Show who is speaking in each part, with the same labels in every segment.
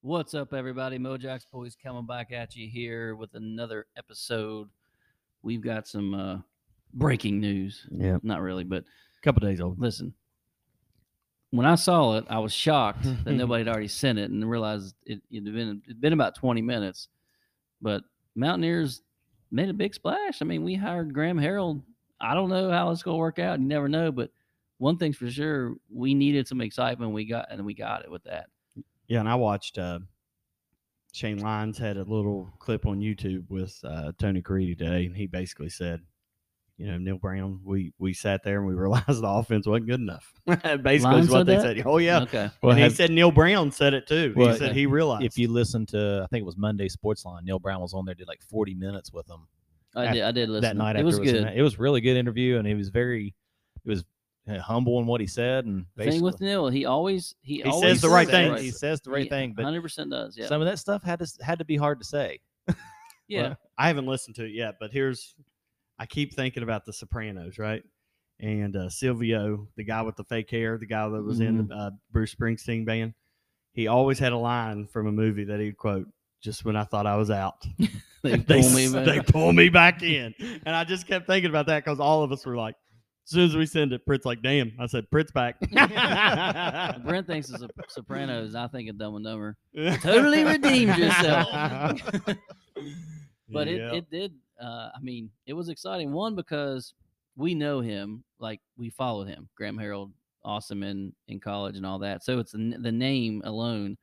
Speaker 1: What's up, everybody? Mojack's Boys coming back at you here with another episode. We've got some uh, breaking news.
Speaker 2: Yeah,
Speaker 1: Not really, but
Speaker 2: a couple days old.
Speaker 1: listen. When I saw it, I was shocked that nobody had already sent it and realized it, it'd been it'd been about 20 minutes. But Mountaineers made a big splash. I mean, we hired Graham Harold. I don't know how it's gonna work out. You never know, but one thing's for sure, we needed some excitement. We got and we got it with that.
Speaker 2: Yeah, and I watched uh, Shane Lyons had a little clip on YouTube with uh, Tony Creedy today, and he basically said, you know, Neil Brown, we we sat there and we realized the offense wasn't good enough. basically, is
Speaker 1: Lyons
Speaker 2: what
Speaker 1: said
Speaker 2: they
Speaker 1: that?
Speaker 2: said. Oh yeah,
Speaker 1: Okay.
Speaker 3: Well,
Speaker 2: and he
Speaker 3: have-
Speaker 2: said Neil Brown said it too.
Speaker 3: Well,
Speaker 2: he said
Speaker 1: yeah.
Speaker 2: he realized
Speaker 3: if you listen to, I think it was Monday Sportsline, Neil Brown was on there, did like 40 minutes with him
Speaker 1: I
Speaker 3: Af-
Speaker 1: did. I did listen.
Speaker 3: that night.
Speaker 1: it
Speaker 3: after
Speaker 1: was
Speaker 3: in
Speaker 1: good.
Speaker 3: that- It was a really good interview, and he was very, it was uh, humble in what he said, and
Speaker 1: The thing with
Speaker 3: basically-
Speaker 1: Neil, he always he,
Speaker 2: He says
Speaker 1: always
Speaker 2: the right
Speaker 1: says
Speaker 2: thing.
Speaker 3: He says the right thing, but
Speaker 1: hundred percent does. Yeah.
Speaker 3: some of that stuff had to s- had to be hard to say.
Speaker 1: yeah.
Speaker 2: Well, I haven't listened to it yet, but here's I keep thinking about The Sopranos, right? And uh, Silvio, the guy with the fake hair, the guy that was
Speaker 1: Mm-hmm.
Speaker 2: in the uh, Bruce Springsteen band, he always had a line from a movie that he'd quote. Just when I thought I was out,
Speaker 1: they
Speaker 2: they,
Speaker 1: pull me
Speaker 2: s-
Speaker 1: back.
Speaker 2: they pull me back in, and I just kept thinking about that because all of us were like, as soon as we send it, Pritt's like, "Damn!" I said, "Pritt's back."
Speaker 1: Brent thinks it's a Sopranos. I think a Dumb and Dumber. Totally redeemed yourself. but
Speaker 2: Yeah.
Speaker 1: it, it did. Uh, I mean, it was exciting. One because we know him, like we followed him, Graham Harold, awesome in in college and all that. So it's the, n- the name alone,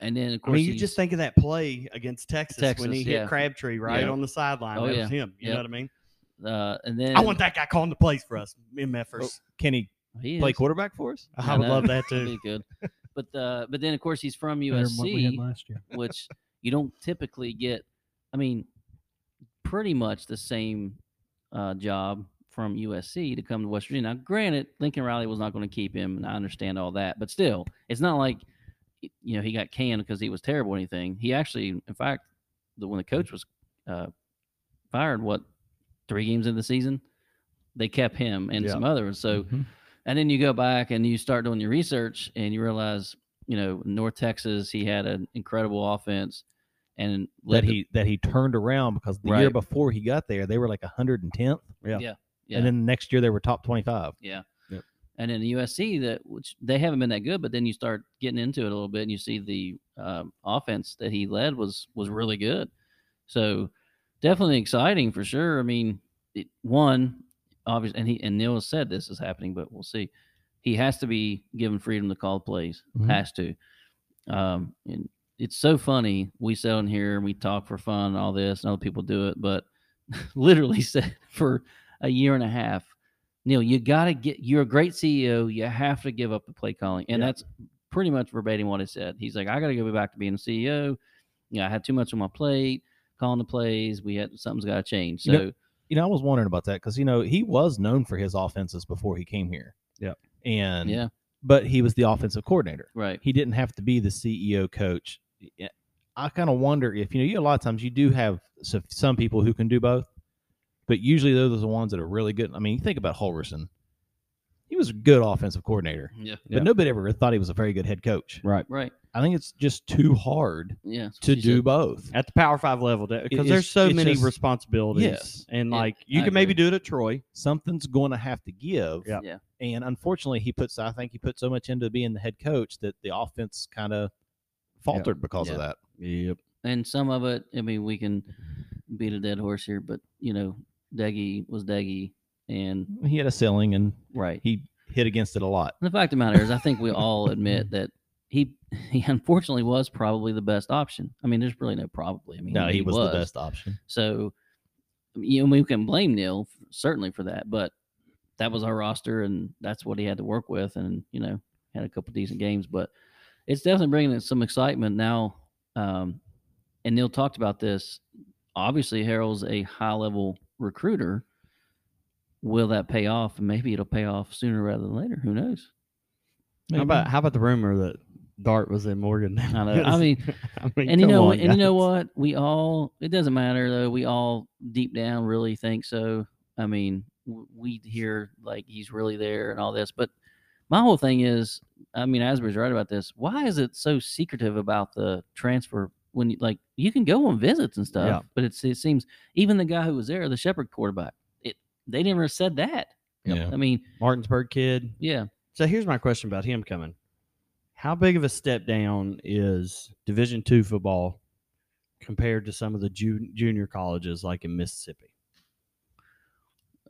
Speaker 1: and then of
Speaker 2: I
Speaker 1: course
Speaker 2: mean, you
Speaker 1: he's-
Speaker 2: just think of that play against Texas, when
Speaker 1: Texas,
Speaker 2: he
Speaker 1: yeah.
Speaker 2: hit Crabtree right
Speaker 1: Yeah.
Speaker 2: on the sideline.
Speaker 1: Oh,
Speaker 2: that
Speaker 1: yeah.
Speaker 2: was him. You
Speaker 1: Yep.
Speaker 2: know what I mean?
Speaker 1: uh, and then
Speaker 2: I want that guy calling the plays for us in Memphis.
Speaker 3: Can he
Speaker 1: He
Speaker 3: play
Speaker 1: is.
Speaker 3: quarterback for us?
Speaker 2: I would
Speaker 1: know.
Speaker 2: love that too.
Speaker 1: That'd be good. But uh, but then of course he's from
Speaker 4: better than what we had
Speaker 1: USC,
Speaker 4: last year.
Speaker 1: which you don't typically get. I mean, pretty much the same uh, job from USC to come to West Virginia. Now, granted, Lincoln Riley was not going to keep him, and I understand all that. But still, it's not like y- you know he got canned because he was terrible or anything. He actually, in fact, the when the coach was uh, fired, what three games into the season, they kept him and
Speaker 2: Yeah.
Speaker 1: some others. So.
Speaker 3: Mm-hmm.
Speaker 1: And then you go back and you start doing your research and you realize, you know, North Texas, he had an incredible offense and
Speaker 3: That
Speaker 1: led the-
Speaker 3: he that he turned around because the year
Speaker 1: Right.
Speaker 3: before he got there, they were like 110th,
Speaker 1: yeah,
Speaker 3: and then next year they were top 25.
Speaker 1: yeah.
Speaker 3: Yep.
Speaker 1: And then the USC that which they haven't been that good, but then you start getting into it a little bit and you see the um, offense that he led was was really good. So definitely exciting for sure. I mean, it, one obviously, and he and Neil has said this is happening, but we'll see. He has to be given freedom to call plays.
Speaker 3: Mhm.
Speaker 1: Has to. Um, and it's so funny. We sit on here and we talk for fun and all this, and other people do it. But literally said for a year and a half, Neil, you got to get. You're a great CEO. You have to give up the play calling, and
Speaker 2: Yeah.
Speaker 1: that's pretty much verbatim what he said. He's like, I got to go back to being a CEO. You know, I had too much on my plate. Calling the plays, we had something's got to change. So
Speaker 3: You know- You know, I was wondering about that because you know he was known for his offenses before he came here.
Speaker 2: Yep.
Speaker 3: and
Speaker 1: yeah,
Speaker 3: but he was the offensive coordinator.
Speaker 1: right.
Speaker 3: He didn't have to be the CEO coach. Yeah, I kind of wonder if you know you a lot of times you do have so- some people who can do both, but usually those are the ones that are really good. I mean, you think about Holverson; he was a good offensive coordinator,
Speaker 1: Yeah,
Speaker 2: Yeah.
Speaker 3: but nobody ever thought he was a very good head coach.
Speaker 2: Right.
Speaker 1: right.
Speaker 3: I think it's just too hard
Speaker 1: Yeah, that's what
Speaker 3: to
Speaker 1: she
Speaker 3: do
Speaker 1: said.
Speaker 3: both.
Speaker 2: At the Power Five level, because
Speaker 3: it's-
Speaker 2: there's so
Speaker 3: it's
Speaker 2: many
Speaker 3: just-
Speaker 2: responsibilities.
Speaker 3: Yes.
Speaker 2: And
Speaker 1: Yeah,
Speaker 2: like, you
Speaker 1: I
Speaker 2: can maybe
Speaker 1: agree.
Speaker 2: do it at Troy.
Speaker 3: Something's going to have to give.
Speaker 2: Yeah.
Speaker 1: Yeah.
Speaker 3: And unfortunately, he puts. I think he put so much into being the head coach that the offense kind of faltered because of
Speaker 1: Yeah.
Speaker 3: that.
Speaker 2: Yep.
Speaker 1: and some of it. I mean, we can beat a dead horse here, but you know, Deggy was Deggy, and
Speaker 3: He had a ceiling, and
Speaker 1: right.
Speaker 3: he hit against it a lot.
Speaker 1: The fact of the matter is, I think we all admit that he he unfortunately was probably the best option. I mean, there's really no probably. I mean,
Speaker 3: No, he was, the best option.
Speaker 1: So you know, we can blame Neil f- certainly for that, but that was our roster, and that's what he had to work with, and you know, had a couple decent games, but it's definitely bringing in some excitement now. Um, and Neil talked about this. Obviously, Harold's a high level recruiter. Will that pay off? And maybe it'll pay off sooner rather than later. Who knows?
Speaker 2: How about how about the rumor that Dart was in Morgan?
Speaker 1: I know. I mean,
Speaker 2: I mean,
Speaker 1: and you
Speaker 2: come
Speaker 1: know,
Speaker 2: on,
Speaker 1: and you know
Speaker 2: guys.
Speaker 1: what? We all it doesn't matter though. We all deep down really think so. I mean, w- we hear like he's really there and all this, but my whole thing is, I mean, Asbury's right about this. Why is it so secretive about the transfer when, you, like, you can go on visits and stuff,
Speaker 2: Yeah.
Speaker 1: but it's, it seems even the guy who was there, the Shepherd quarterback, it they never said that.
Speaker 3: Yeah.
Speaker 1: I mean,
Speaker 2: Martinsburg kid.
Speaker 1: yeah,
Speaker 2: So here's my question about him coming. How big of a step down is Division two football compared to some of the ju- junior colleges like in Mississippi?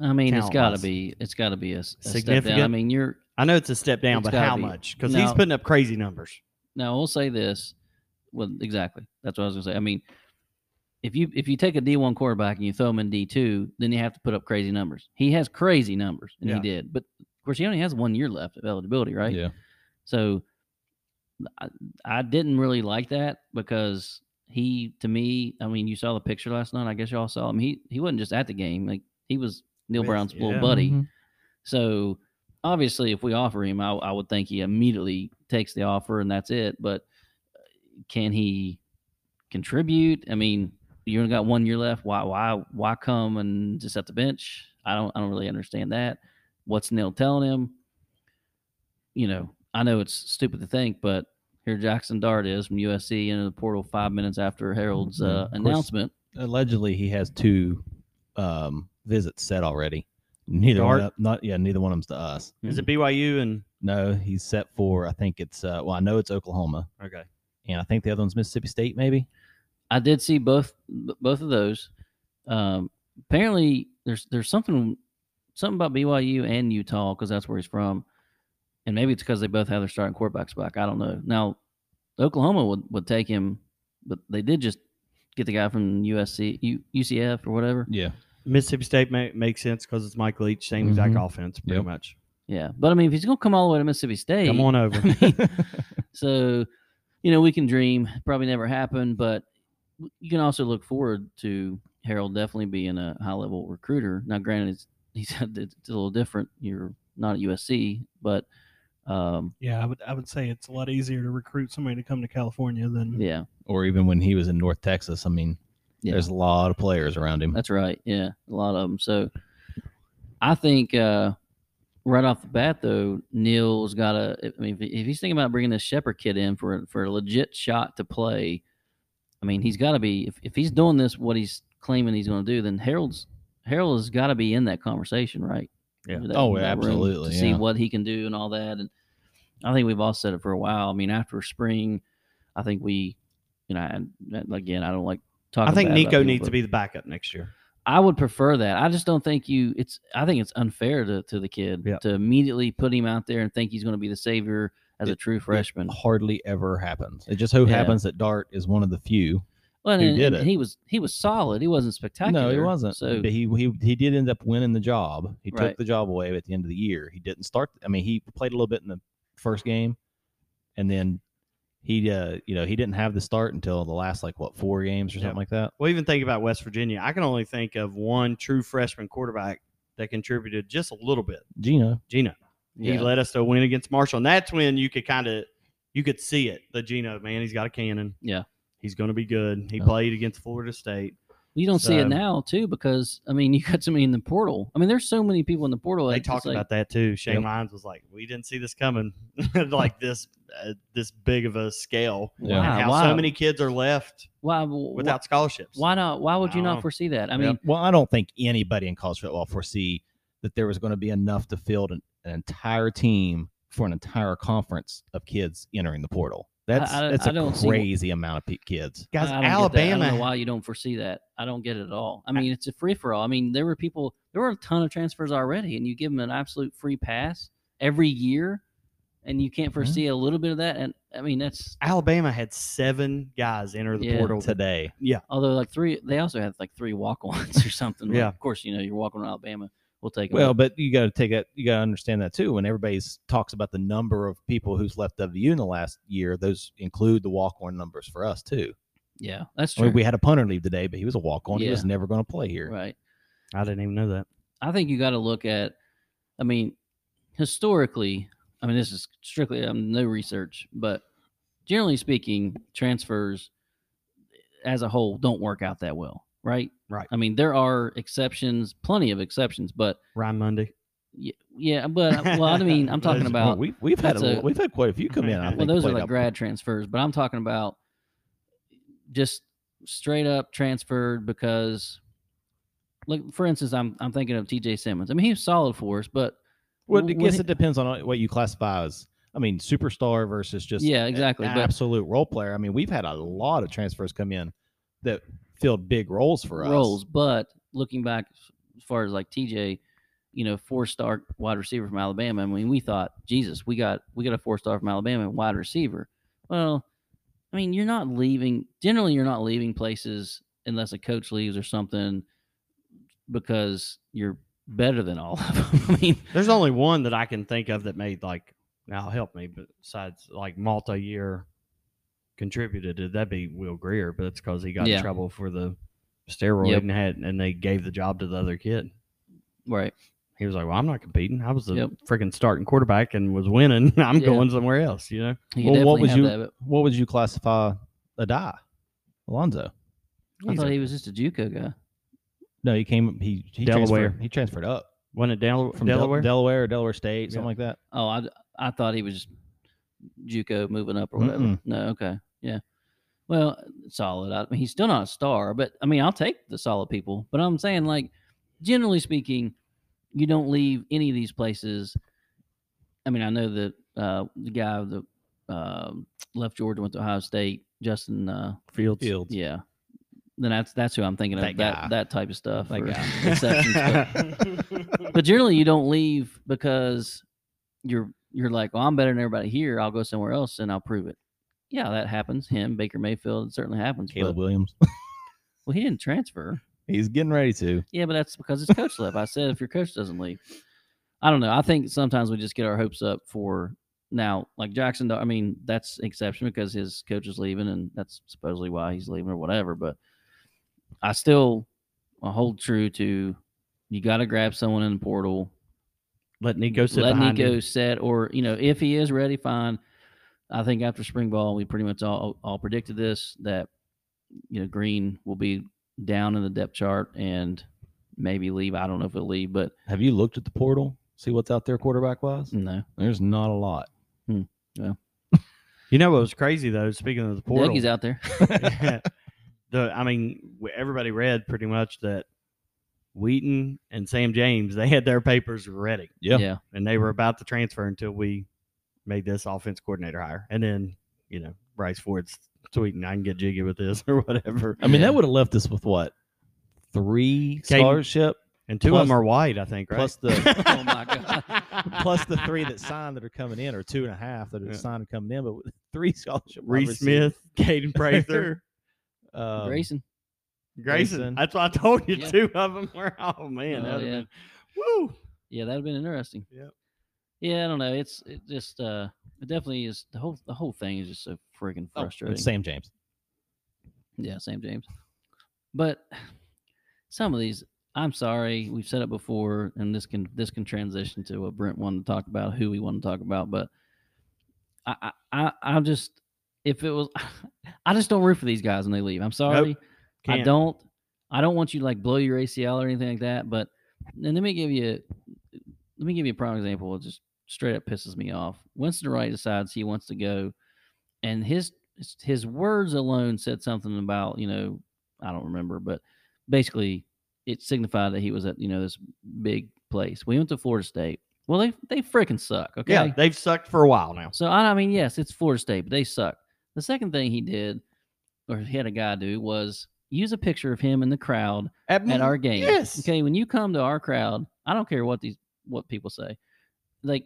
Speaker 1: I mean, it's got to
Speaker 2: Talent-wise. be-
Speaker 1: be, it's got to be a, significant.
Speaker 2: Significant?
Speaker 1: I mean, you're
Speaker 2: I know it's a step down,
Speaker 1: It's
Speaker 2: but
Speaker 1: gotta
Speaker 2: how
Speaker 1: be.
Speaker 2: much? Because he's
Speaker 1: Now-
Speaker 2: putting up crazy numbers.
Speaker 1: now. I'll say this. Well, exactly. That's what I was gonna say. I mean, if you if you take a D one quarterback and you throw him in D two, then you have to put up crazy numbers. He has crazy numbers, and
Speaker 2: Yeah.
Speaker 1: he did. But of course, he only has one year left of eligibility, right?
Speaker 3: Yeah.
Speaker 1: So I, I didn't really like that because he, to me, I mean, you saw the picture last night. I guess y'all saw him. He he wasn't just at the game; like he was Neil
Speaker 2: With-
Speaker 1: Brown's
Speaker 2: yeah.
Speaker 1: little buddy.
Speaker 3: Mm-hmm.
Speaker 1: So obviously, if we offer him, I, I would think he immediately takes the offer and that's it. But uh, can he contribute? I mean, you only got one year left. Why why why come and just at the bench? I don't I don't really understand that. What's Neil telling him? You know, I know it's stupid to think, but here Jackson Dart is from USC into the portal five minutes after Harold's
Speaker 3: Mhm.
Speaker 1: uh,
Speaker 3: Of course.
Speaker 1: announcement.
Speaker 3: Allegedly, he has two um, visits set already. Neither
Speaker 2: Dart?
Speaker 3: one, up- not yeah, neither one of them's to us.
Speaker 2: Is
Speaker 1: Mm-hmm.
Speaker 2: it BYU and
Speaker 3: No, he's set for. I think it's. Uh, well, I know it's Oklahoma,
Speaker 2: okay?
Speaker 3: and I think the other one's Mississippi State, maybe.
Speaker 1: I did see both b- both of those. Um, apparently, there's there's something something about BYU and Utah because that's where he's from, and maybe it's because they both have their starting quarterbacks back. I don't know. Now, Oklahoma would would take him, but they did just get the guy from USC, U, UCF or whatever.
Speaker 3: Yeah.
Speaker 2: Mississippi State ma- makes sense because it's Mike Leach, same exact
Speaker 1: Mm-hmm.
Speaker 3: Mhm.
Speaker 2: offense, pretty
Speaker 3: Yep.
Speaker 2: much.
Speaker 1: Yeah, but I mean, if he's gonna come all the way to Mississippi State,
Speaker 2: Come on over.
Speaker 1: So, you know, we can dream. Probably never happen, but w- you can also look forward to Harold definitely being a high level recruiter. Now, granted, it's, he's it's a little different. You're not at USC, but um,
Speaker 4: Yeah, I would I would say it's a lot easier to recruit somebody to come to California than
Speaker 1: yeah,
Speaker 3: or even when he was in North Texas. I mean,
Speaker 1: Yeah.
Speaker 3: there's a lot of players around him.
Speaker 1: that's right. Yeah, a lot of them. So, I think uh, right off the bat, though, Neil's got to. I mean, if he- if he's thinking about bringing this Shepherd kid in for for a legit shot to play, I mean, he's got to be. If, if he's doing this, what he's claiming he's going to do, then Harold's Harold has got to be in that conversation, right?
Speaker 2: Yeah.
Speaker 1: That-
Speaker 3: Oh,
Speaker 1: that room
Speaker 3: absolutely,
Speaker 1: To see
Speaker 3: yeah.
Speaker 1: what he can do and all that, and I think we've all said it for a while. I mean, after spring, I think we, you know, and and again, I don't like
Speaker 2: I
Speaker 1: talking.
Speaker 2: think
Speaker 1: bad about
Speaker 2: Nico
Speaker 1: people,
Speaker 2: needs
Speaker 1: but-
Speaker 2: to be the backup next year.
Speaker 1: I would prefer that. I just don't think you. It's. I think it's unfair to, to the kid
Speaker 2: Yeah.
Speaker 1: to immediately put him out there and think he's going to be the savior as a
Speaker 3: It- Oh,
Speaker 1: true freshman.
Speaker 3: Hardly ever happens. It just so
Speaker 1: Yeah.
Speaker 3: happens that Dart is one of the few.
Speaker 1: Well,
Speaker 3: who
Speaker 1: and,
Speaker 3: did
Speaker 1: and
Speaker 3: it.
Speaker 1: he was he was solid. He wasn't spectacular.
Speaker 3: No, he wasn't.
Speaker 1: So
Speaker 3: but he, he he did end up winning the job. He
Speaker 1: Right.
Speaker 3: took the job away at the end of the year. He didn't start. I mean, he played a little bit in the first game, and then he uh you know he didn't have the start until the last like what four games or
Speaker 2: Yep.
Speaker 3: something like that.
Speaker 2: Well, even think about West Virginia. I can only think of one true freshman quarterback that contributed just a little bit.
Speaker 3: Gino.
Speaker 2: Gino. He
Speaker 1: yeah.
Speaker 2: led us to a win against Marshall, and that's when you could kind of you could see it. The Gino man, he's got a cannon.
Speaker 1: Yeah.
Speaker 2: he's going to be good. He
Speaker 3: Yeah.
Speaker 2: played against Florida State.
Speaker 1: you don't see
Speaker 2: so-
Speaker 1: it now too because I mean you got so many in the portal. I mean there's so many people in the portal.
Speaker 2: they
Speaker 1: it's
Speaker 2: talked
Speaker 1: like-
Speaker 2: about that too. Shane
Speaker 3: Yep.
Speaker 2: Lyons was like, "We didn't see this coming, like this uh, this big of a scale."
Speaker 3: Yeah.
Speaker 1: Wow,
Speaker 2: And how
Speaker 1: wow.
Speaker 2: so many kids are left
Speaker 1: Why without
Speaker 2: without Oh. scholarships?
Speaker 1: why not? Why would you
Speaker 2: I
Speaker 1: not
Speaker 2: don't-
Speaker 1: foresee that? I
Speaker 2: Yep.
Speaker 1: mean,
Speaker 3: Well, I don't think anybody in college football foresee that there was going to be enough to field an, an entire team for an entire conference of kids entering the portal. That's
Speaker 1: I-
Speaker 3: that's
Speaker 1: I
Speaker 3: a
Speaker 1: don't see-
Speaker 3: crazy amount of pe- kids.
Speaker 2: guys?
Speaker 1: I- I don't get that. I don't
Speaker 2: Alabama.
Speaker 1: know why you don't foresee that. I don't get it at all. I mean, it's a free for all. I mean, there were people, there were a ton of transfers already, and you give them an absolute free pass every year, and you can't foresee a little bit of that. And I mean, that's
Speaker 2: Alabama had seven guys enter the
Speaker 1: Yeah.
Speaker 2: portal
Speaker 3: Today,
Speaker 1: although like three, they also had like three walk ons or something. Like,
Speaker 2: Yeah.
Speaker 1: of course, you know, you're walking on Alabama. We'll take 'em.
Speaker 3: well, but you got to take that. You got to understand that too. When everybody's talks about the number of people who's left WU in the last year, those include the walk-on numbers for us too.
Speaker 1: yeah, that's
Speaker 3: I
Speaker 1: true.
Speaker 3: mean, we had a punter leave today, but he was a walk-on. He was
Speaker 1: Yeah.
Speaker 3: never going to play here.
Speaker 1: right.
Speaker 2: I didn't even know that.
Speaker 1: I think you got to look at, I mean, historically, I mean, this is strictly um, no research, but generally speaking, transfers eh, as a whole don't work out that well, right?
Speaker 2: Right.
Speaker 1: I mean, there are exceptions, plenty of exceptions, but
Speaker 2: Ryan Monday.
Speaker 1: Yeah, yeah, but uh, well, I mean, I'm talking
Speaker 2: Those-
Speaker 1: about
Speaker 3: we, we've had
Speaker 1: that's
Speaker 3: a,
Speaker 1: a-
Speaker 3: we've had quite a few come in.
Speaker 2: Well,
Speaker 3: I
Speaker 1: well,
Speaker 3: think,
Speaker 1: those are
Speaker 3: played
Speaker 1: like
Speaker 3: up-
Speaker 1: grad transfers, but I'm talking about just straight up transferred because, like for instance, I'm I'm thinking of T.J. Simmons. I mean, he was solid for us, but
Speaker 3: Well, I
Speaker 1: would
Speaker 3: guess
Speaker 1: it-
Speaker 3: it depends on uh, what you classify as. I mean, superstar versus just
Speaker 1: yeah, exactly.
Speaker 3: an
Speaker 1: But
Speaker 3: absolute role player. I mean, we've had a lot of transfers come in that filled big roles for us.
Speaker 1: roles. But looking back as far as like TJ, you know, four star wide receiver from Alabama. I mean, we thought, Jesus, we got we got a four star from Alabama wide receiver. Well, I mean, you're not leaving generally you're not leaving places unless a coach leaves or something because you're better than all of them. I mean,
Speaker 2: There's only one that I can think of that made like now help me, but besides like multi year contributed to that'd be Will Greer, but it's because he got
Speaker 1: Yeah.
Speaker 2: in trouble for the steroid
Speaker 1: Yep.
Speaker 2: and had and they gave the job to the other kid.
Speaker 1: right.
Speaker 2: He was like, Well, I'm not competing. I was the
Speaker 1: Yep.
Speaker 2: freaking starting quarterback and was winning. I'm
Speaker 1: Yeah.
Speaker 2: going somewhere else, you know?
Speaker 1: He
Speaker 3: Well, what
Speaker 1: definitely
Speaker 3: would
Speaker 1: have
Speaker 3: you-
Speaker 1: that, but
Speaker 3: What would you classify a die? Alonzo.
Speaker 1: I
Speaker 2: He's
Speaker 1: thought
Speaker 2: a-
Speaker 1: he was just a JUCO guy.
Speaker 3: No, he came. He, he
Speaker 2: Delaware.
Speaker 3: Transferred, he transferred up
Speaker 2: Wasn't it Del-
Speaker 3: from Del-
Speaker 2: Delaware?
Speaker 3: Delaware or Delaware State, something
Speaker 2: Yeah.
Speaker 3: like that.
Speaker 1: Oh, I I thought he was just JUCO moving up or whatever.
Speaker 3: Mm-mm.
Speaker 1: No, okay, yeah. Well, solid. I mean, he's still not a star, but I mean, I'll take the solid people. But I'm saying, like, generally speaking, you don't leave any of these places. I mean, I know that uh, the guy that uh, left Georgia went to Ohio State, Justin. Uh,
Speaker 2: Fields.
Speaker 3: Fields.
Speaker 1: yeah, then that's that's who I'm thinking of.
Speaker 3: That
Speaker 1: That
Speaker 3: guy.
Speaker 1: that, type of stuff.
Speaker 3: That
Speaker 1: or
Speaker 3: guy.
Speaker 1: exceptions, but- but generally you don't leave because you're you're like, well, I'm better than everybody here. I'll go somewhere else and I'll prove it. Yeah, that happens. Him, Baker Mayfield, it certainly happens. but-
Speaker 3: Caleb Williams.
Speaker 1: well, he didn't transfer.
Speaker 3: He's getting ready to.
Speaker 1: Yeah, but that's because his coach left. I said if your coach doesn't leave, I don't know. I think sometimes we just get our hopes up for now, like Jackson. I mean, that's an exception because his coach is leaving, and that's supposedly why he's leaving or whatever. But I still I hold true to you got to grab someone in the portal
Speaker 2: Let Nico sit
Speaker 1: let
Speaker 2: behind
Speaker 1: Nico
Speaker 2: him.
Speaker 1: set, or you know, if he is ready, fine. I think after spring ball, we pretty much all all predicted this that you know Green will be down in the depth chart and maybe leave. I don't know if he'll leave, but
Speaker 3: Have you looked at the portal? See what's out there quarterback wise?
Speaker 1: no,
Speaker 3: There's not a lot.
Speaker 2: You know what was crazy though? Speaking of the portal,
Speaker 1: Dougie's out there.
Speaker 2: the I mean, w- everybody read pretty much that Wheaton and Sam James they had their papers ready,
Speaker 3: Yeah.
Speaker 1: yeah,
Speaker 2: and they were
Speaker 1: Mm-hmm.
Speaker 2: about to transfer until we made this offense coordinator hire, and then you know Bryce Ford's tweeting, "I can get jiggy with this" or whatever.
Speaker 3: I mean,
Speaker 1: Yeah.
Speaker 3: that would have left us with what? Three
Speaker 2: Caden-
Speaker 3: scholarship
Speaker 2: And two
Speaker 3: Plus-
Speaker 2: of them are white, I think, right?
Speaker 3: plus the
Speaker 1: Oh, my God.
Speaker 3: plus the three that signed that are coming in, or two and a half that are
Speaker 2: Yeah.
Speaker 3: signed and coming in, but with three scholarship. wide
Speaker 2: Reese Smith, Caden Prather,
Speaker 3: receiver, um,
Speaker 1: Grayson.
Speaker 2: Grayson.
Speaker 3: Grayson.
Speaker 2: That's what I told you.
Speaker 1: Yeah.
Speaker 2: Two of them were. Oh man,
Speaker 1: Oh,
Speaker 2: that'd
Speaker 1: yeah.
Speaker 2: have been, woo.
Speaker 1: Yeah, that'd have been interesting.
Speaker 2: Yep.
Speaker 1: Yeah, I don't know. It's it just uh it definitely is the whole the whole thing is just so freaking
Speaker 3: Oh,
Speaker 1: frustrating.
Speaker 3: and Sam James.
Speaker 1: Yeah, Sam James. But some of these, I'm sorry, we've said it before, and this can this can transition to what Brent wanted to talk about, who we want to talk about. But I I I I'm just if it was, I just don't root for these guys when they leave. I'm sorry, I
Speaker 2: Can't.
Speaker 1: don't I don't want you to like blow your ACL or anything like that. But and let me give you let me give you a prime example. It just straight up pisses me off. Winston Wright decides he wants to go, and his his words alone said something about you know I don't remember, but basically it signified that he was at you know this big place. We went to Florida State. Well, they they freaking suck. Okay,
Speaker 2: Yeah, they've sucked for a while now.
Speaker 1: so I, I mean, yes, it's Florida State, but they suck. The second thing he did, or he had a guy do, was use a picture of him in the crowd at our game.
Speaker 2: Mm-hmm. Yes.
Speaker 1: Okay, when you come to our crowd, I don't care what these what people say. Like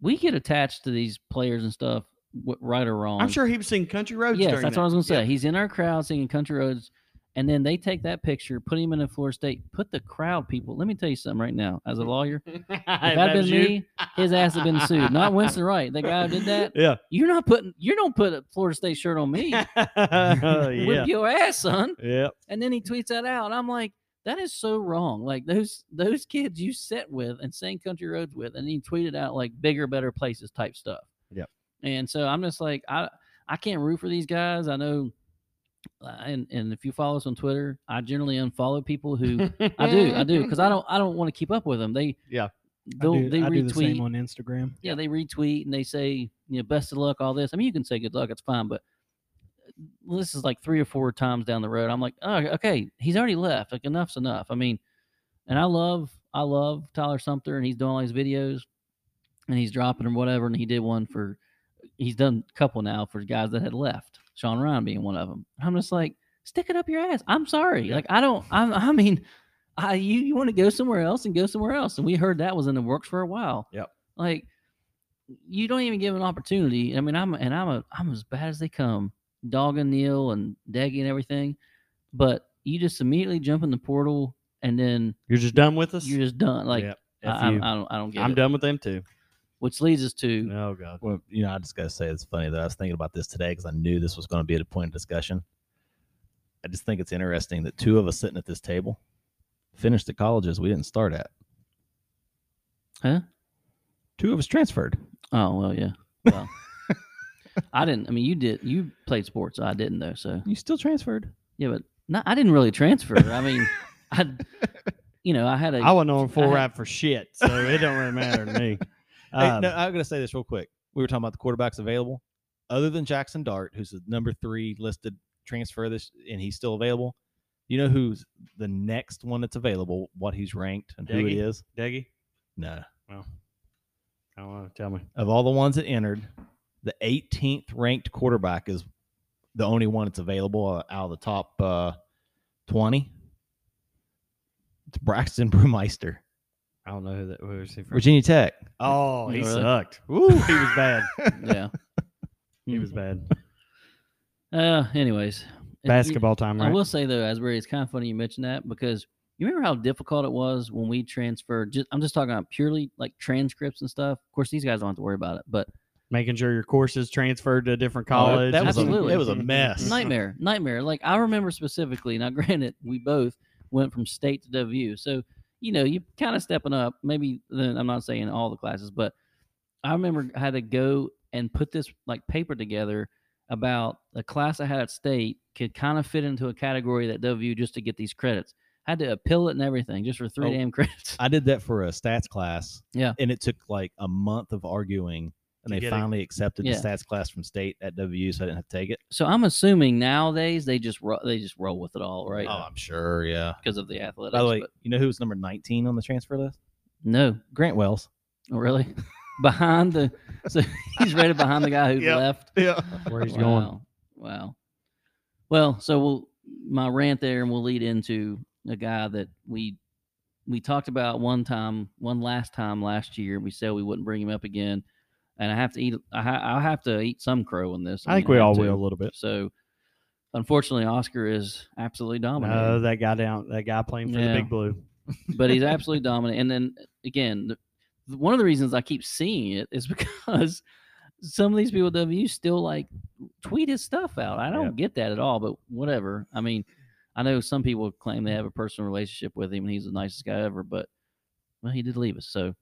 Speaker 1: we get attached to these players and stuff, wh- right or wrong.
Speaker 2: I'm sure he was singing Country Roads.
Speaker 1: Yes,
Speaker 2: during
Speaker 1: that's
Speaker 2: that.
Speaker 1: what I was gonna say.
Speaker 2: Yeah.
Speaker 1: He's in our crowd singing "Country Roads," and then they take that picture, put him in a Florida State, put the crowd people. Let me tell you something right now, as a lawyer,
Speaker 2: if
Speaker 1: if
Speaker 2: that
Speaker 1: that'd
Speaker 2: was
Speaker 1: been
Speaker 2: you-
Speaker 1: me, his ass had been sued. Not Winston Wright, the guy who did that
Speaker 2: Yeah.
Speaker 1: you're not putting you don't put a Florida State shirt on me.
Speaker 2: yeah.
Speaker 1: Whip your ass, son.
Speaker 2: Yeah.
Speaker 1: And then he tweets that out. and I'm like, that is so wrong. Like those those kids you sat with and sang country roads with, and he tweeted out like bigger, better places type stuff.
Speaker 2: Yep.
Speaker 1: And so I'm just like, I I can't root for these guys. I know uh, and and if you follow us on Twitter, I generally unfollow people who I do, I do, because I don't, I don't want to keep up with them. They,
Speaker 2: Yeah.
Speaker 1: they'll,
Speaker 4: I do,
Speaker 1: they
Speaker 4: I do the
Speaker 1: retweet.
Speaker 4: same on Instagram.
Speaker 1: yeah, they retweet and they say, you know, best of luck, all this. I mean, you can say good luck, it's fine, but this is like three or four times down the road. I'm like, oh, okay, he's already left. Like enough's enough. I mean, and I love, I love Tyler Sumter, and he's doing all these videos, and he's dropping or whatever. And he did one for, he's done a couple now for guys that had left. Sean Ryan being one of them. I'm just like, stick it up your ass. I'm sorry. Like I don't. I'm, I mean, I you you want to go somewhere else and go somewhere else. And we heard that was in the works for a while.
Speaker 2: Yep.
Speaker 1: Like you don't even give an opportunity. I mean, I'm and I'm a I'm as bad as they come, dogging Neil and Deggy and everything. But you just immediately jump in the portal and then
Speaker 2: You're just done with us.
Speaker 1: you're just done. Like
Speaker 2: Yep.
Speaker 1: I,
Speaker 2: F
Speaker 1: I, I
Speaker 2: you.
Speaker 1: don't I don't get
Speaker 2: I'm
Speaker 1: it.
Speaker 2: done with them too.
Speaker 1: Which leads us to
Speaker 2: Oh god.
Speaker 3: Well, you know, I just gotta say it's funny that I was thinking about this today because I knew this was going to be a point of discussion. I just think it's interesting that two of us sitting at this table finished the colleges we didn't start at.
Speaker 1: Huh?
Speaker 3: Two of us transferred.
Speaker 1: oh well yeah well. I didn't. I mean, you did. You played sports. I didn't though. So
Speaker 3: You still transferred.
Speaker 1: yeah, but not, I didn't really transfer. I mean, I, you know, I had a
Speaker 2: I wasn't on a full
Speaker 1: I-
Speaker 2: ride for shit, so it don't really matter to me.
Speaker 3: Hey,
Speaker 2: Um,
Speaker 3: no, I'm going to say this real quick. We were talking about the quarterbacks available. Other than Jackson Dart, who's the number three listed transfer this, and he's still available. You know who's the next one that's available? What he's ranked and who it
Speaker 2: Deggy?
Speaker 3: is?
Speaker 2: Deggy.
Speaker 3: No.
Speaker 2: I don't know. Tell me.
Speaker 3: Of all the ones that entered, the 18th ranked quarterback is the only one that's available out of the top uh, 20. It's Braxton Brewmeister,
Speaker 2: I don't know who that. Where is he from?
Speaker 3: Virginia Tech.
Speaker 2: Oh, he
Speaker 1: Really?
Speaker 2: sucked. Woo, he was bad.
Speaker 1: yeah. Hmm.
Speaker 2: he was bad.
Speaker 1: Uh, anyways, it-
Speaker 2: Basketball time,
Speaker 1: you-
Speaker 2: right?
Speaker 1: I will say though, Asbury, it's kind of funny you mentioned that because you remember how difficult it was when we transferred. Just, I'm just talking about purely like transcripts and stuff. Of course, these guys don't have to worry about it, but
Speaker 2: Making sure your courses transferred to a different
Speaker 3: Oh, that-
Speaker 2: college.
Speaker 3: that was
Speaker 1: a- Absolutely.
Speaker 3: it was a mess.
Speaker 1: nightmare, nightmare. Like I remember specifically. Now, granted, we both went from state to WU, so you know you kind of stepping up. Maybe then I'm not saying all the classes, but I remember I had to go and put this like paper together about the class I had at state could kind of fit into a category that WU just to get these credits. Had to appeal it and everything just for three
Speaker 3: Oh.
Speaker 1: damn credits.
Speaker 3: I did that for a stats class.
Speaker 1: Yeah.
Speaker 3: And it took like a month of arguing. And
Speaker 2: To
Speaker 3: they
Speaker 2: get it.
Speaker 3: finally accepted
Speaker 1: Yeah.
Speaker 3: the stats class from state at WU, so I didn't have to take it.
Speaker 1: So I'm assuming nowadays they just ro- they just roll with it all, right?
Speaker 3: Oh, I'm sure. Yeah.
Speaker 1: because of the athletics.
Speaker 3: By the way,
Speaker 1: but-
Speaker 3: you know who was number 19 on the transfer list?
Speaker 1: no,
Speaker 3: Grant Wells.
Speaker 1: Oh, really? behind the so he's rated behind the guy who
Speaker 3: Yep.
Speaker 1: left.
Speaker 3: Yeah.
Speaker 2: Where he's going.
Speaker 1: Wow. Wow. Well, so we'll my rant there and we'll lead into a guy that we we talked about one time, one last time last year. We said we wouldn't bring him up again. And I have to eat I ha- I'll have to eat some crow on this.
Speaker 2: I think
Speaker 1: mean,
Speaker 2: we
Speaker 1: have
Speaker 2: all
Speaker 1: to.
Speaker 2: will a little bit.
Speaker 1: So unfortunately Oscar is absolutely dominating.
Speaker 2: No, Uh, that guy down, that guy playing for
Speaker 1: Yeah.
Speaker 2: the Big Blue.
Speaker 1: but he's absolutely dominant. And then again, the, the- one of the reasons I keep seeing it is because some of these people at WU still like tweet his stuff out. I don't get that at all, but whatever. I mean, I know some people claim they have a personal relationship with him and he's the nicest guy ever, but well, he did leave us. So,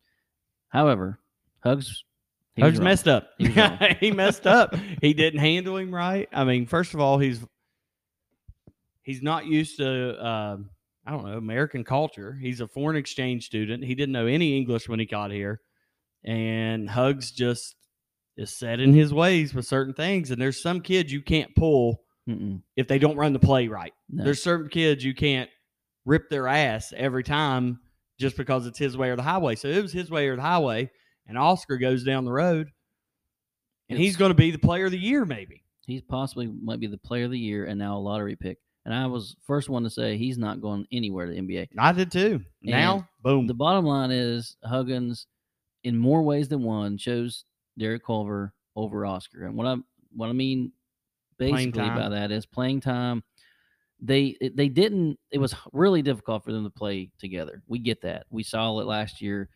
Speaker 1: however, Hugs, he was
Speaker 2: Hugs
Speaker 1: wrong.
Speaker 2: messed up.
Speaker 1: He was wrong.
Speaker 2: he messed up. He didn't handle him right. I mean, first of all, he's he's not used to um, I don't know American culture. He's a foreign exchange student. He didn't know any English when he got here, and Hugs just is set in his ways with certain things. And there's some kids you can't pull
Speaker 1: Mm-mm,
Speaker 2: if they don't run the play right.
Speaker 1: no.
Speaker 2: There's certain kids you can't rip their ass every time just because it's his way or the highway. So it was his way or the highway, and Oscar goes down the road, and he's
Speaker 1: It's-
Speaker 2: going to be the player of the year, maybe.
Speaker 1: he's possibly might be the player of the year and now a lottery pick. And I was first one to say he's not going anywhere to the NBA.
Speaker 2: I did too.
Speaker 1: And
Speaker 2: Now, boom.
Speaker 1: The bottom line is Huggins, in more ways than one, chose Derek Culver over Oscar. And what I what I mean
Speaker 2: Playing
Speaker 1: basically by
Speaker 2: time.
Speaker 1: that is playing time. They it- they didn't. It was h- really difficult for them to play together. We get that. We saw it last year,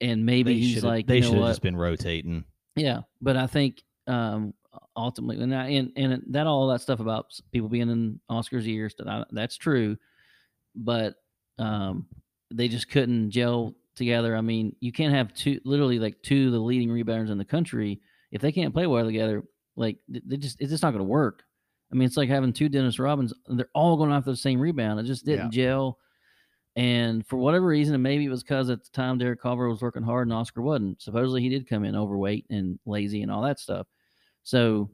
Speaker 1: and maybe
Speaker 3: they
Speaker 1: he's
Speaker 3: should've-
Speaker 1: like,
Speaker 3: they
Speaker 1: you know
Speaker 3: should have
Speaker 1: what?
Speaker 3: just been rotating.
Speaker 1: Yeah, but I think um ultimately, and I, and and that all that stuff about s- people being in Oscar's ears, that I- that's true. But um, they just couldn't gel together. I mean, you can't have two, literally like two of the leading rebounders in the country if they can't play well together. Like th- they just, it's just not going to work. I mean, it's like having two Dennis Robbins. They're all going after the same rebound. It just didn't gel. And for whatever reason, and maybe it was because at the time Derek Culver was working hard and Oscar wasn't. Supposedly he did come in overweight and lazy and all that stuff. So,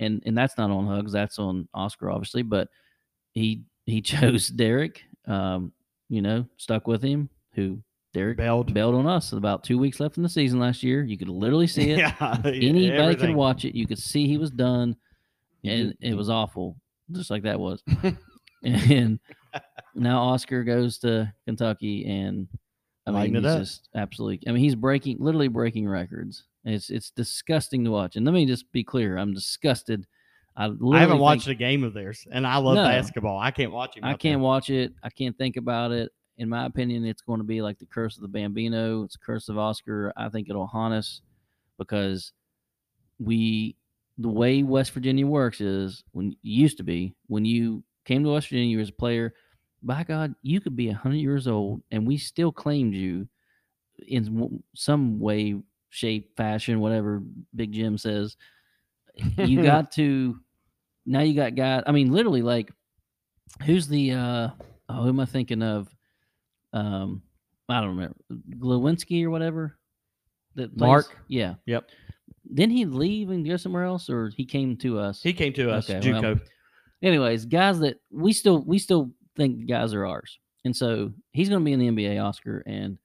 Speaker 1: and and that's not on Hugs, that's on Oscar obviously. But he he chose Derek. Um, you know, stuck with him. Who Derek
Speaker 2: Belled.
Speaker 1: bailed on us. About two weeks left in the season last year, you could literally see it.
Speaker 2: Yeah,
Speaker 1: Anybody
Speaker 2: everything.
Speaker 1: could watch it. You could see he was done,
Speaker 3: You
Speaker 1: and it was awful, just like that was. and now Oscar goes to Kentucky, and I mean,
Speaker 2: Lighten it
Speaker 1: he's
Speaker 2: up.
Speaker 1: just absolutely. I mean, he's breaking, literally breaking records. It's it's disgusting to watch. And let me just be clear, I'm disgusted. I,
Speaker 2: I
Speaker 1: literally
Speaker 2: haven't
Speaker 1: think-
Speaker 2: watched a game of theirs, and I love
Speaker 1: No.
Speaker 2: basketball. I can't watch him.
Speaker 1: I
Speaker 2: out there.
Speaker 1: can't watch it. I can't think about it. In my opinion, it's going to be like the curse of the Bambino. It's the curse of Oscar. I think it'll haunt us because we, the way West Virginia works is when used to be when you came to West Virginia you was a player. By God, you could be hundred years old, and we still claimed you in w- some way, shape, fashion, whatever Big Jim says. You got to now. You got guys. I mean, literally, like who's the uh oh who am I thinking of? Um I don't remember. Glowinski or whatever. That plays-
Speaker 3: Mark?
Speaker 1: Yeah.
Speaker 2: Yep.
Speaker 1: Didn't he leave and go somewhere else or he came to us?
Speaker 2: He came to us,
Speaker 1: Okay, well,
Speaker 2: JUCO.
Speaker 1: Anyways, guys that we still we still think guys are ours. And so he's gonna be in the NBA Oscar and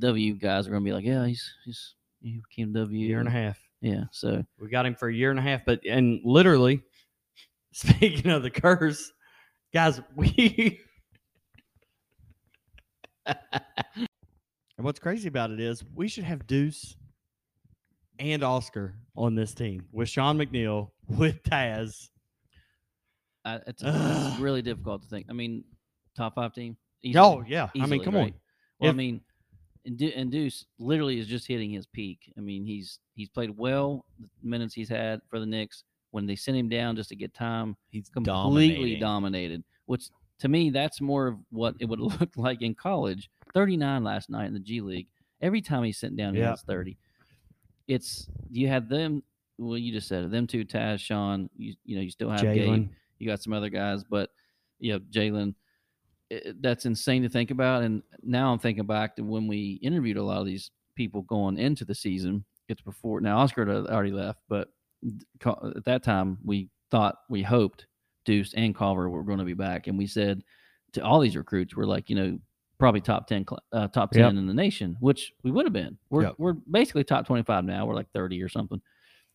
Speaker 1: W guys are gonna be like, Yeah, he's he's he came to W
Speaker 2: year and a half.
Speaker 1: Yeah. So
Speaker 2: We got him for a year and a half, but and literally, speaking of the curse, guys, we. and what's crazy about it is we should have Deuce and Oscar on this team with Sean McNeil with Taz.
Speaker 1: I, it's, it's really difficult to think. I mean, top five team. easily.
Speaker 2: Oh yeah, I mean,
Speaker 1: easily,
Speaker 2: come
Speaker 1: right?
Speaker 2: on.
Speaker 1: Well,
Speaker 2: If-
Speaker 1: I mean, and Du- and Deuce literally is just hitting his peak. I mean, he's he's played well the minutes he's had for the Knicks when they sent him down just to get time.
Speaker 3: He's
Speaker 1: Completely
Speaker 3: dominating.
Speaker 1: dominated, which to me that's more of what it would have looked like in college. Thirty nine last night in the G League. Every time he's sent down, he
Speaker 2: Yeah.
Speaker 1: hits thirty. It's you had them. Well, you just said it. Them two, Taz, Sean. You you know you still have Gabe.
Speaker 2: Jalen,
Speaker 1: You got some other guys, but you know, Jalen, i- that's insane to think about. And now I'm thinking back to when we interviewed a lot of these people going into the season. It's before now. Oscar had already left, but Cul- at that time we thought we hoped Deuce and Culver were going to be back, and we said to all these recruits, we're like, you know, probably top ten, cl- uh, top ten
Speaker 2: Yep.
Speaker 1: in the nation, which we would have been. We're
Speaker 2: Yep.
Speaker 1: we're basically top twenty five now. We're like thirty or something.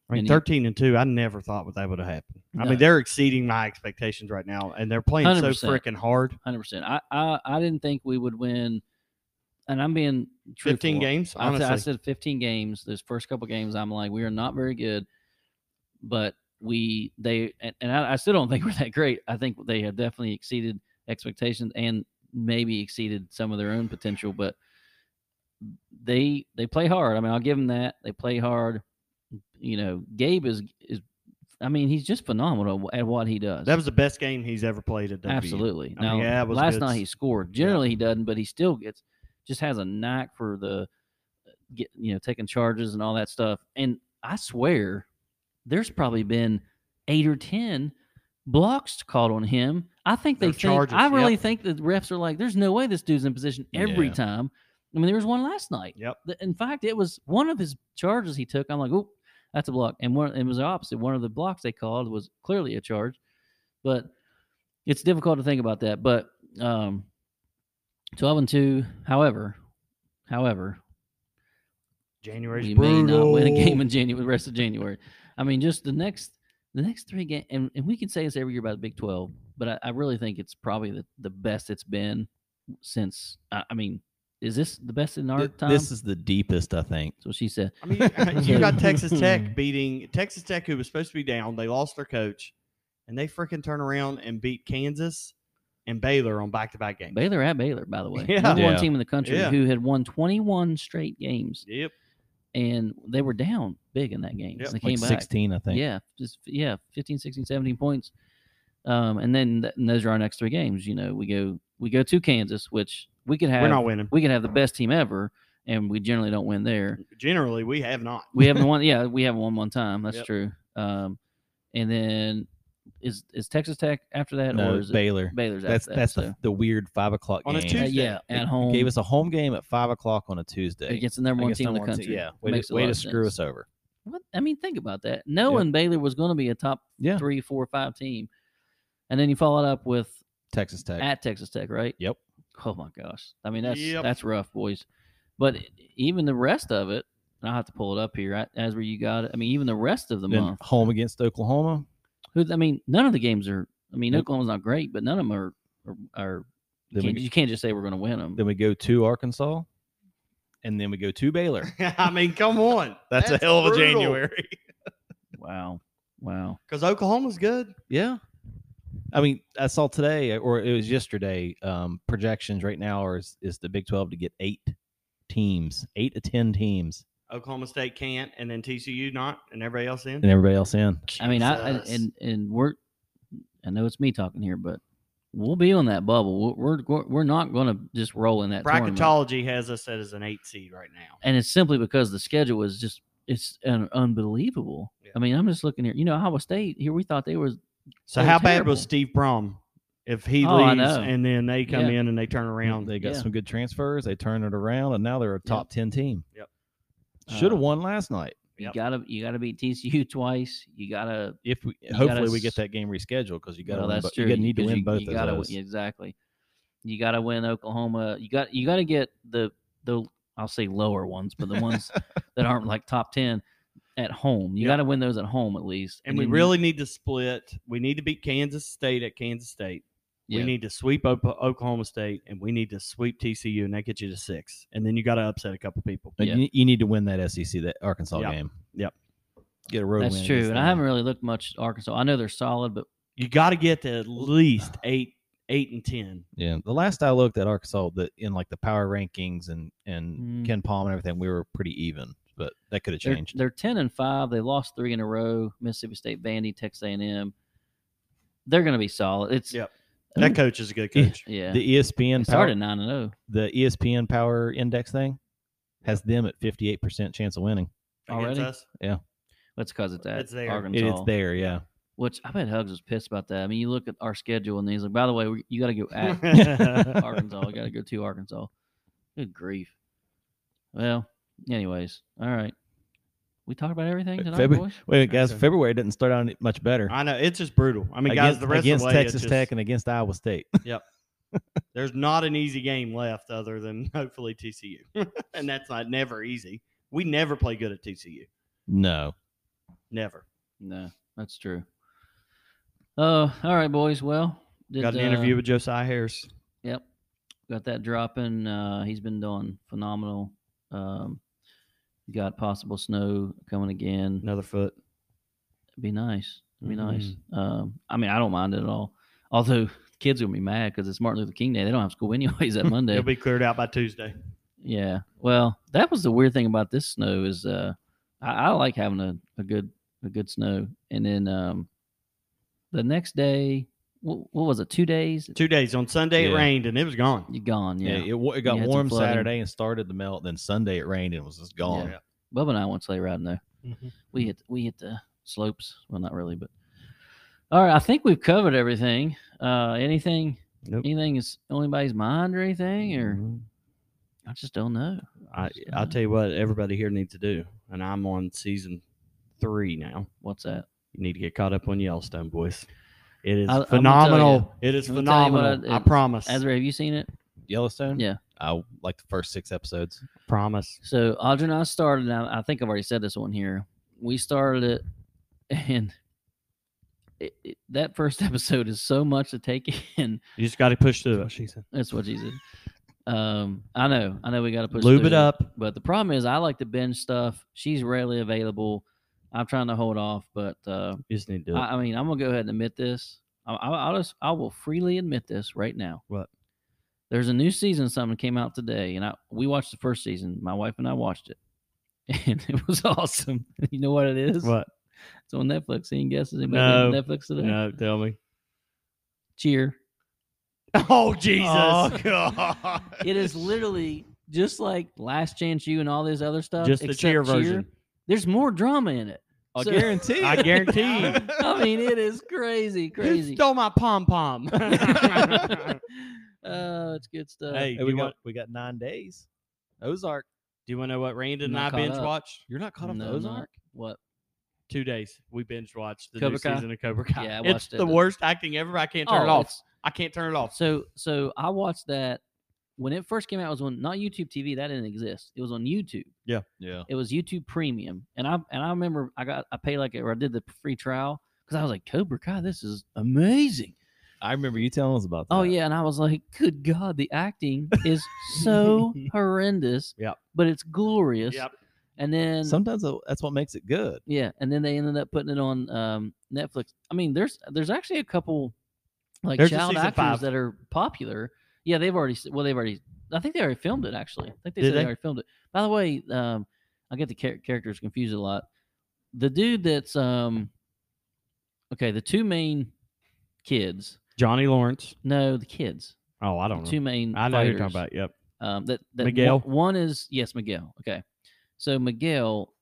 Speaker 2: I mean,
Speaker 1: And you-
Speaker 2: thirteen and two. I never thought what that would have happened. I
Speaker 1: No.
Speaker 2: mean, they're exceeding my expectations right now, and they're playing so
Speaker 1: 100%.
Speaker 2: freaking hard.
Speaker 1: Hundred percent. I, I I didn't think we would win, and I'm being truthful.
Speaker 2: Fifteen games,
Speaker 1: I,
Speaker 2: honestly.
Speaker 1: said- I said 15 games. Those first couple games, I'm like, we are not very good, but we they and, and I, I still don't think we're that great. I think they have definitely exceeded expectations and maybe exceeded some of their own potential. But they they play hard. I mean, I'll give them that. They play hard. You know, Gabe is is. I mean, he's just phenomenal at what he does.
Speaker 2: That was the best game he's ever played at WU.
Speaker 1: Absolutely.
Speaker 2: I
Speaker 1: Now,
Speaker 2: mean, yeah, it was
Speaker 1: last
Speaker 2: good.
Speaker 1: night he scored. Generally, he doesn't, but he still gets just has a knack for the uh, get you know taking charges and all that stuff. And I swear, there's probably been eight or ten blocks called on him. I think they
Speaker 2: Their
Speaker 1: think.
Speaker 2: charges,
Speaker 1: I really
Speaker 2: yep.
Speaker 1: think the refs are like, there's no way this dude's in position every
Speaker 3: Yeah.
Speaker 1: time. I mean, there was one last night.
Speaker 2: Yep.
Speaker 1: The- In fact, it was one of his charges he took. I'm like, oh, that's a block. And one it was the opposite. One of the blocks they called was clearly a charge. But it's difficult to think about that. But um twelve and two, however, however,
Speaker 2: January's
Speaker 1: we
Speaker 2: brutal.
Speaker 1: may not win a game in January, the rest of January. I mean, just the next the next three games, and, and we can say this every year about the Big Twelve, but I, I really think it's probably the, the best it's been since. I, I mean, is this the best in our
Speaker 3: Th-
Speaker 1: time?
Speaker 3: This is the deepest, I think.
Speaker 1: That's what she said.
Speaker 2: I mean, you got Texas Tech beating Texas Tech, who was supposed to be down. They lost their coach, and they freaking turn around and beat Kansas and Baylor on back-to-back games.
Speaker 1: Baylor at Baylor, by the way,
Speaker 2: Yeah.
Speaker 1: number
Speaker 3: Yeah.
Speaker 1: one team in the country
Speaker 2: Yeah.
Speaker 1: who had won 21 straight games,
Speaker 2: Yep.
Speaker 1: and they were down big in that game. and
Speaker 2: Yep.
Speaker 1: They came
Speaker 3: Like
Speaker 1: back.
Speaker 3: 16, I think.
Speaker 1: Yeah, just yeah, 15, 16, 17 points. Um, and then th- and those are our next three games. You know, we go we go to Kansas, which we could
Speaker 2: We're
Speaker 1: have
Speaker 2: not winning.
Speaker 1: we could have the best team ever, and we generally don't win there.
Speaker 2: Generally, we have not.
Speaker 1: We haven't won. Yeah, we haven't won one time. That's
Speaker 2: Yep.
Speaker 1: true. Um, and then is is Texas Tech after that,
Speaker 3: No,
Speaker 1: or is it
Speaker 3: Baylor.
Speaker 1: Baylor's
Speaker 3: That's
Speaker 1: after
Speaker 3: that's
Speaker 1: that?
Speaker 3: the, the weird five o'clock
Speaker 2: On a
Speaker 1: so-
Speaker 3: game.
Speaker 1: Uh,
Speaker 2: Tuesday.
Speaker 1: yeah, at home
Speaker 3: Gave us a home game at five o'clock on a Tuesday.
Speaker 1: against the number one
Speaker 3: Against
Speaker 1: team in
Speaker 3: number
Speaker 1: the
Speaker 3: one team.
Speaker 1: country.
Speaker 3: Yeah, way
Speaker 1: Makes
Speaker 3: to,
Speaker 1: a
Speaker 3: way
Speaker 1: lot
Speaker 3: to
Speaker 1: of
Speaker 3: screw
Speaker 1: sense.
Speaker 3: us over.
Speaker 1: What I mean, think about that. Knowing Baylor was going to be a top
Speaker 3: Yeah.
Speaker 1: three, four, five team, and then you follow it up with
Speaker 3: Texas Tech.
Speaker 1: at Texas Tech, right?
Speaker 3: Yep.
Speaker 1: Oh my gosh. I mean, that's
Speaker 2: Yep.
Speaker 1: that's rough, boys. But even the rest of it, and I'll have to pull it up here I- as where you got it. I mean, even the rest of the
Speaker 3: then
Speaker 1: month.
Speaker 3: home against Oklahoma.
Speaker 1: Who I mean, none of the games are. I mean,
Speaker 3: Nope.
Speaker 1: Oklahoma's not great, but none of them are. are, are
Speaker 3: Then
Speaker 1: can't-
Speaker 3: we,
Speaker 1: you can't just say we're going to win them.
Speaker 3: then we go to Arkansas, and then we go to Baylor.
Speaker 2: I mean, come on.
Speaker 3: That's a
Speaker 2: hell
Speaker 3: of a
Speaker 2: January.
Speaker 1: Wow, wow.
Speaker 2: Because Oklahoma's good.
Speaker 3: Yeah. I mean, I saw today, or it was yesterday. Um, projections right now are is, is the Big Twelve to get eight teams, eight to ten teams,
Speaker 2: Oklahoma State can't, and then TCU not, and everybody else in.
Speaker 3: and everybody else in.
Speaker 1: I mean, I, I
Speaker 2: Jesus.
Speaker 1: and and we're. I know it's me talking here, but we'll be on that bubble. We're we're, we're not going to just roll in that tournament.
Speaker 2: bracketology has us as an eight seed right now.
Speaker 1: and it's simply because the schedule is just it's un- unbelievable.
Speaker 2: Yeah.
Speaker 1: I mean, I'm just looking here. You know, Iowa State here we thought they was
Speaker 2: So
Speaker 1: They're
Speaker 2: how bad
Speaker 1: terrible.
Speaker 2: was Steve Brom if he
Speaker 1: Oh, I
Speaker 2: leaves
Speaker 1: know.
Speaker 2: and then they come
Speaker 1: Yeah.
Speaker 2: in and they turn around?
Speaker 3: They got
Speaker 1: Yeah.
Speaker 3: some good transfers. They turned it around, and now they're a top ten team.
Speaker 2: Yep.
Speaker 3: Should have
Speaker 1: Uh,
Speaker 3: won last night.
Speaker 1: you
Speaker 2: Yep.
Speaker 1: gotta you gotta beat TCU twice. You gotta
Speaker 3: If we,
Speaker 1: gotta
Speaker 3: hopefully we
Speaker 1: s-
Speaker 3: get that game rescheduled because you got to
Speaker 1: well, that's true.
Speaker 3: you gotta need to
Speaker 1: 'cause
Speaker 3: win
Speaker 1: you,
Speaker 3: both
Speaker 1: you
Speaker 3: of
Speaker 1: gotta, win-
Speaker 3: those.
Speaker 1: Exactly. You gotta win Oklahoma. You got you gotta get the the I'll say lower ones, but the ones that aren't like top ten at home. You
Speaker 2: Yep.
Speaker 1: gotta win those at home at least.
Speaker 2: and we
Speaker 1: then you-
Speaker 2: really need to split. We need to beat Kansas State at Kansas State.
Speaker 1: Yeah.
Speaker 2: We need to sweep op- Oklahoma State, and we need to sweep TCU, and that gets you to six. And then you got to upset a couple people.
Speaker 3: But
Speaker 1: yeah.
Speaker 3: you, you need to win that SEC that Arkansas
Speaker 2: Yep.
Speaker 3: game.
Speaker 2: Yep.
Speaker 3: Get a road
Speaker 1: that's
Speaker 3: win
Speaker 1: true.
Speaker 3: against
Speaker 1: And I
Speaker 3: them.
Speaker 1: haven't really looked much at Arkansas. I know they're solid, but
Speaker 2: You got to get to at least eight, eight and ten.
Speaker 3: Yeah, the last I looked at Arkansas, the in like the power rankings and and
Speaker 1: Mm.
Speaker 3: Ken Palm and everything, we were pretty even, but that could have
Speaker 1: They're-
Speaker 3: changed.
Speaker 1: They're, 10 and 5. They lost three in a row. Mississippi State, Vandy, Texas A&M. They're going to be solid. It's
Speaker 2: Yep. That coach is a good coach.
Speaker 1: yeah.
Speaker 3: the E ESPN
Speaker 1: They
Speaker 3: power,
Speaker 1: started 9 and oh, 0
Speaker 3: the E ESPN power index thing has them at fifty eight percent chance of winning.
Speaker 2: Against
Speaker 1: Already?
Speaker 2: us.
Speaker 1: That's because it's at
Speaker 2: It's there.
Speaker 1: Arkansas.
Speaker 3: It, it's there, yeah.
Speaker 1: Which I bet Hugs was pissed about that. I mean, you look at our schedule and he's like, by the way, we- you got to go at Arkansas. You got to go to Arkansas. Good grief. Well, anyways, all right. We talked about everything tonight,
Speaker 3: February-
Speaker 1: boys?
Speaker 3: Wait, guys,
Speaker 2: Okay.
Speaker 3: February didn't start out much better.
Speaker 2: I know it's just brutal. I mean, guys,
Speaker 3: against
Speaker 2: the rest
Speaker 3: against
Speaker 2: of the way, it's
Speaker 3: Texas
Speaker 2: just-
Speaker 3: Tech and against Iowa State.
Speaker 2: there's not an easy game left other than hopefully TCU, and that's not never easy. We never play good at TCU.
Speaker 3: No,
Speaker 2: Never.
Speaker 1: No, that's true. Uh, all right, boys. Well, did,
Speaker 2: got an
Speaker 1: uh,
Speaker 2: interview with Josiah Harris.
Speaker 1: Yep. Got that dropping. Uh, he's been doing phenomenal. Um, got possible snow coming again.
Speaker 2: Another foot.
Speaker 1: Be nice. Be nice. Um, I mean, I don't mind it at all. Although kids will be mad because it's Martin Luther King Day. They don't have school anyways that Monday.
Speaker 2: He'll be cleared out by Tuesday.
Speaker 1: yeah. Well, that was the weird thing about this snow is uh, I, I like having a, a good a good snow, and then um, the next day, what, what was it? Two days.
Speaker 2: Two days. On Sunday it
Speaker 3: Yeah.
Speaker 2: rained and it was gone.
Speaker 1: You're gone.
Speaker 3: yeah,
Speaker 1: Yeah.
Speaker 3: it, wa- it got
Speaker 1: had some
Speaker 3: warm
Speaker 1: flooding.
Speaker 3: Saturday and started to melt. Then Sunday it rained and it was just gone.
Speaker 1: Yeah. Bubba and I went sleigh riding there.
Speaker 4: Mhm.
Speaker 1: we hit we hit the slopes. Well, not really, but all right. I think we've covered everything. Uh, anything,
Speaker 2: Nope.
Speaker 1: anything is on anybody's mind or anything, or I just don't know.
Speaker 2: I I'll tell you what everybody here needs to do, and I'm on season three now.
Speaker 1: What's that?
Speaker 2: You need to get caught up on Yellowstone, boys. It is
Speaker 1: I- I'm gonna tell
Speaker 2: phenomenal. It is
Speaker 1: I'm gonna tell you what I
Speaker 2: phenomenal. I,
Speaker 1: did.
Speaker 2: promise.
Speaker 1: Ezra, have you seen it?
Speaker 3: Yellowstone.
Speaker 1: Yeah.
Speaker 3: I like the first six episodes.
Speaker 2: promise.
Speaker 1: So Audrey and I started. And I, I think I've already said this one here. We started it, and it, it, that first episode is so much to take in.
Speaker 2: You just got to push
Speaker 4: That's
Speaker 2: through
Speaker 4: what
Speaker 2: it.
Speaker 4: she said.
Speaker 1: That's what she said. Um, I know, I know, we got to push
Speaker 2: Lube
Speaker 1: through
Speaker 2: it up.
Speaker 1: But the problem is, I like to binge stuff. She's rarely available. I'm trying to hold off, but uh,
Speaker 2: You just need to do it.
Speaker 1: I, I mean, I'm gonna go ahead and admit this. I, I, I'll just, I will freely admit this right now.
Speaker 2: What?
Speaker 1: There's a new season. of Something that came out today, and I we watched the first season. My wife and I watched it, and it was awesome. You know what it is?
Speaker 2: what?
Speaker 1: It's on Netflix. Any guesses? Anybody on
Speaker 2: No.
Speaker 1: Netflix today?
Speaker 2: No, tell me.
Speaker 1: Cheer.
Speaker 2: Oh Jesus!
Speaker 1: Oh,
Speaker 2: God.
Speaker 1: It is literally just like Last Chance You and all this other stuff.
Speaker 2: just the
Speaker 1: except
Speaker 2: cheer version.
Speaker 1: There's more drama in it.
Speaker 3: I
Speaker 1: So-
Speaker 3: guarantee.
Speaker 2: I
Speaker 3: it.
Speaker 2: guarantee. you.
Speaker 1: I mean, it is crazy,
Speaker 2: Who
Speaker 1: crazy.
Speaker 2: stole my pom pom?
Speaker 1: Oh, it's good stuff.
Speaker 2: hey,
Speaker 3: Hey,
Speaker 2: do
Speaker 3: we
Speaker 2: you,
Speaker 3: got
Speaker 2: want,
Speaker 3: we got nine days. Ozark.
Speaker 2: do you want to know what Randon and
Speaker 1: Not
Speaker 2: I
Speaker 1: caught
Speaker 2: binge
Speaker 1: up.
Speaker 2: watched? You're not caught up
Speaker 1: No,
Speaker 2: to
Speaker 1: I'm
Speaker 2: Ozark?
Speaker 1: not. What?
Speaker 2: Two days. We binge watched the
Speaker 1: Cobra
Speaker 2: new
Speaker 1: Kai?
Speaker 2: season of Cobra Kai.
Speaker 1: Yeah, I
Speaker 2: it's
Speaker 1: watched it.
Speaker 2: the worst acting ever. I can't turn it
Speaker 1: Oh,
Speaker 2: off.
Speaker 1: it's-
Speaker 2: I can't turn it off.
Speaker 1: So, so I watched that when it first came out. It was on not YouTube TV. That didn't exist. It was on YouTube.
Speaker 3: Yeah.
Speaker 1: It was YouTube Premium, and I and I remember I got I paid like or I did the free trial because I was like Cobra Kai, this is amazing.
Speaker 3: I remember you telling us about that.
Speaker 1: Oh yeah, and I was like, good God, the acting is so horrendous.
Speaker 2: Yep.
Speaker 1: but it's glorious.
Speaker 2: Yep.
Speaker 1: And then
Speaker 3: Sometimes tho- that's what makes it good.
Speaker 1: Yeah, and then they ended up putting it on um, Netflix. I mean, there's there's actually a couple like
Speaker 2: There's a
Speaker 1: child
Speaker 2: season
Speaker 1: actors
Speaker 2: five.
Speaker 1: that are popular. Yeah, they've already s- well, they've already. I think they already filmed it. Actually, I think they
Speaker 2: Did
Speaker 1: said they
Speaker 2: they?
Speaker 1: already filmed it. By the way, um, I get the char- characters confused a lot. The dude that's um, okay, the two main kids.
Speaker 2: Johnny Lawrence.
Speaker 1: No, the kids.
Speaker 2: Oh, I don't
Speaker 1: the
Speaker 2: know.
Speaker 1: two main.
Speaker 2: I know who you're
Speaker 1: fighters.
Speaker 2: talking about. Yep.
Speaker 1: Um, that, that
Speaker 2: Miguel?
Speaker 1: One, one is yes, Miguel. Okay, so Miguel,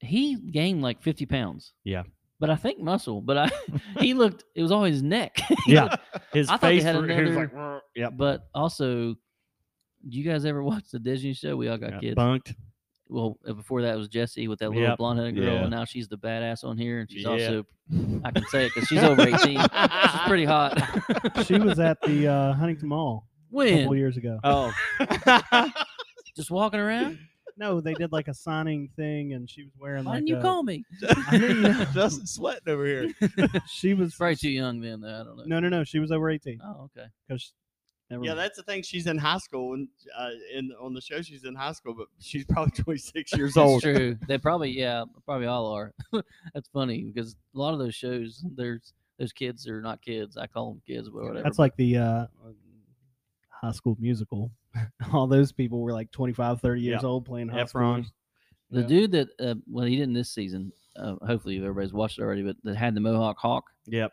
Speaker 1: he gained like fifty pounds.
Speaker 2: Yeah.
Speaker 1: but I think muscle. But I, he looked. It was always neck.
Speaker 2: Yeah. His
Speaker 1: I thought they
Speaker 2: face
Speaker 1: had
Speaker 2: were- he was
Speaker 1: another-
Speaker 2: like, "Rrr." yep.
Speaker 1: but also, do you guys ever watch the Disney show? We all got
Speaker 2: Got
Speaker 1: kids.
Speaker 2: Bunked.
Speaker 1: Well, uh, before that was Jesse with that little
Speaker 2: Yep.
Speaker 1: blonde headed girl,
Speaker 3: Yeah.
Speaker 1: and now she's the badass on here, and she's
Speaker 2: Yeah.
Speaker 1: also. I can say it because she's over eighteen. she's pretty hot.
Speaker 4: She was at the uh, Huntington Mall a couple
Speaker 1: when
Speaker 4: years ago.
Speaker 2: Oh.
Speaker 1: just walking around.
Speaker 4: No, they did like a signing thing, and she was
Speaker 2: Oh
Speaker 4: wearing
Speaker 1: Why
Speaker 4: like
Speaker 1: didn't you
Speaker 4: a-
Speaker 1: call me?
Speaker 4: didn't know.
Speaker 3: Justin sweating over here.
Speaker 4: She was
Speaker 1: Probably too young then. Though I don't know.
Speaker 4: no, no, no. She was over eighteen
Speaker 1: Oh, okay.
Speaker 4: because
Speaker 1: Hmm.
Speaker 2: yeah, that's the thing. She's in high school, and uh, in on the show, she's in high school, but she's probably 26 years old.
Speaker 1: That's true. They probably yeah, probably all are. That's funny because a lot of those shows, there's those kids are not kids. I call them kids, but whatever.
Speaker 4: that's like the uh, high school musical. All those people were like 25, 30 years
Speaker 2: Yeah.
Speaker 4: old playing high
Speaker 2: Efron.
Speaker 4: schoolers.
Speaker 1: the
Speaker 4: yeah.
Speaker 1: dude that uh, well, he didn't this season. Uh, hopefully everybody's watched it already, but that had the Mohawk Hawk.
Speaker 2: Yep.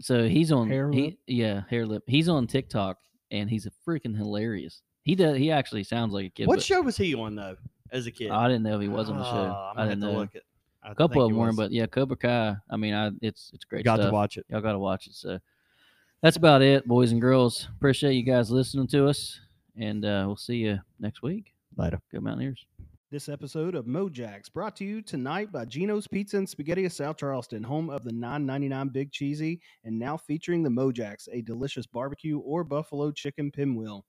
Speaker 1: So he's on
Speaker 4: Hair
Speaker 1: he,
Speaker 4: lip?
Speaker 1: yeah hair lip. He's on TikTok and he's a freaking hilarious. He does. He actually sounds like a kid.
Speaker 2: what
Speaker 1: but
Speaker 2: show was he on though, as a kid? Ah,
Speaker 1: I didn't know he was on the show.
Speaker 2: I'm
Speaker 1: I didn't
Speaker 2: gonna have to
Speaker 1: know.
Speaker 2: look it. I
Speaker 1: A couple
Speaker 2: think
Speaker 1: of
Speaker 2: he
Speaker 1: them were,
Speaker 2: was.
Speaker 1: but yeah, Cobra Kai. I mean, I it's it's great.
Speaker 2: got
Speaker 1: stuff.
Speaker 2: to watch it.
Speaker 1: y'all got to watch it. So that's about it, boys and girls. Appreciate you guys listening to us, and uh, we'll see you next week.
Speaker 2: Later.
Speaker 1: Go Mountaineers.
Speaker 4: This episode of Mojax brought to you tonight by Gino's Pizza and Spaghetti of South Charleston, home of the 9.99 Big Cheesy, and now featuring the Mojax, a delicious barbecue or buffalo chicken pinwheel.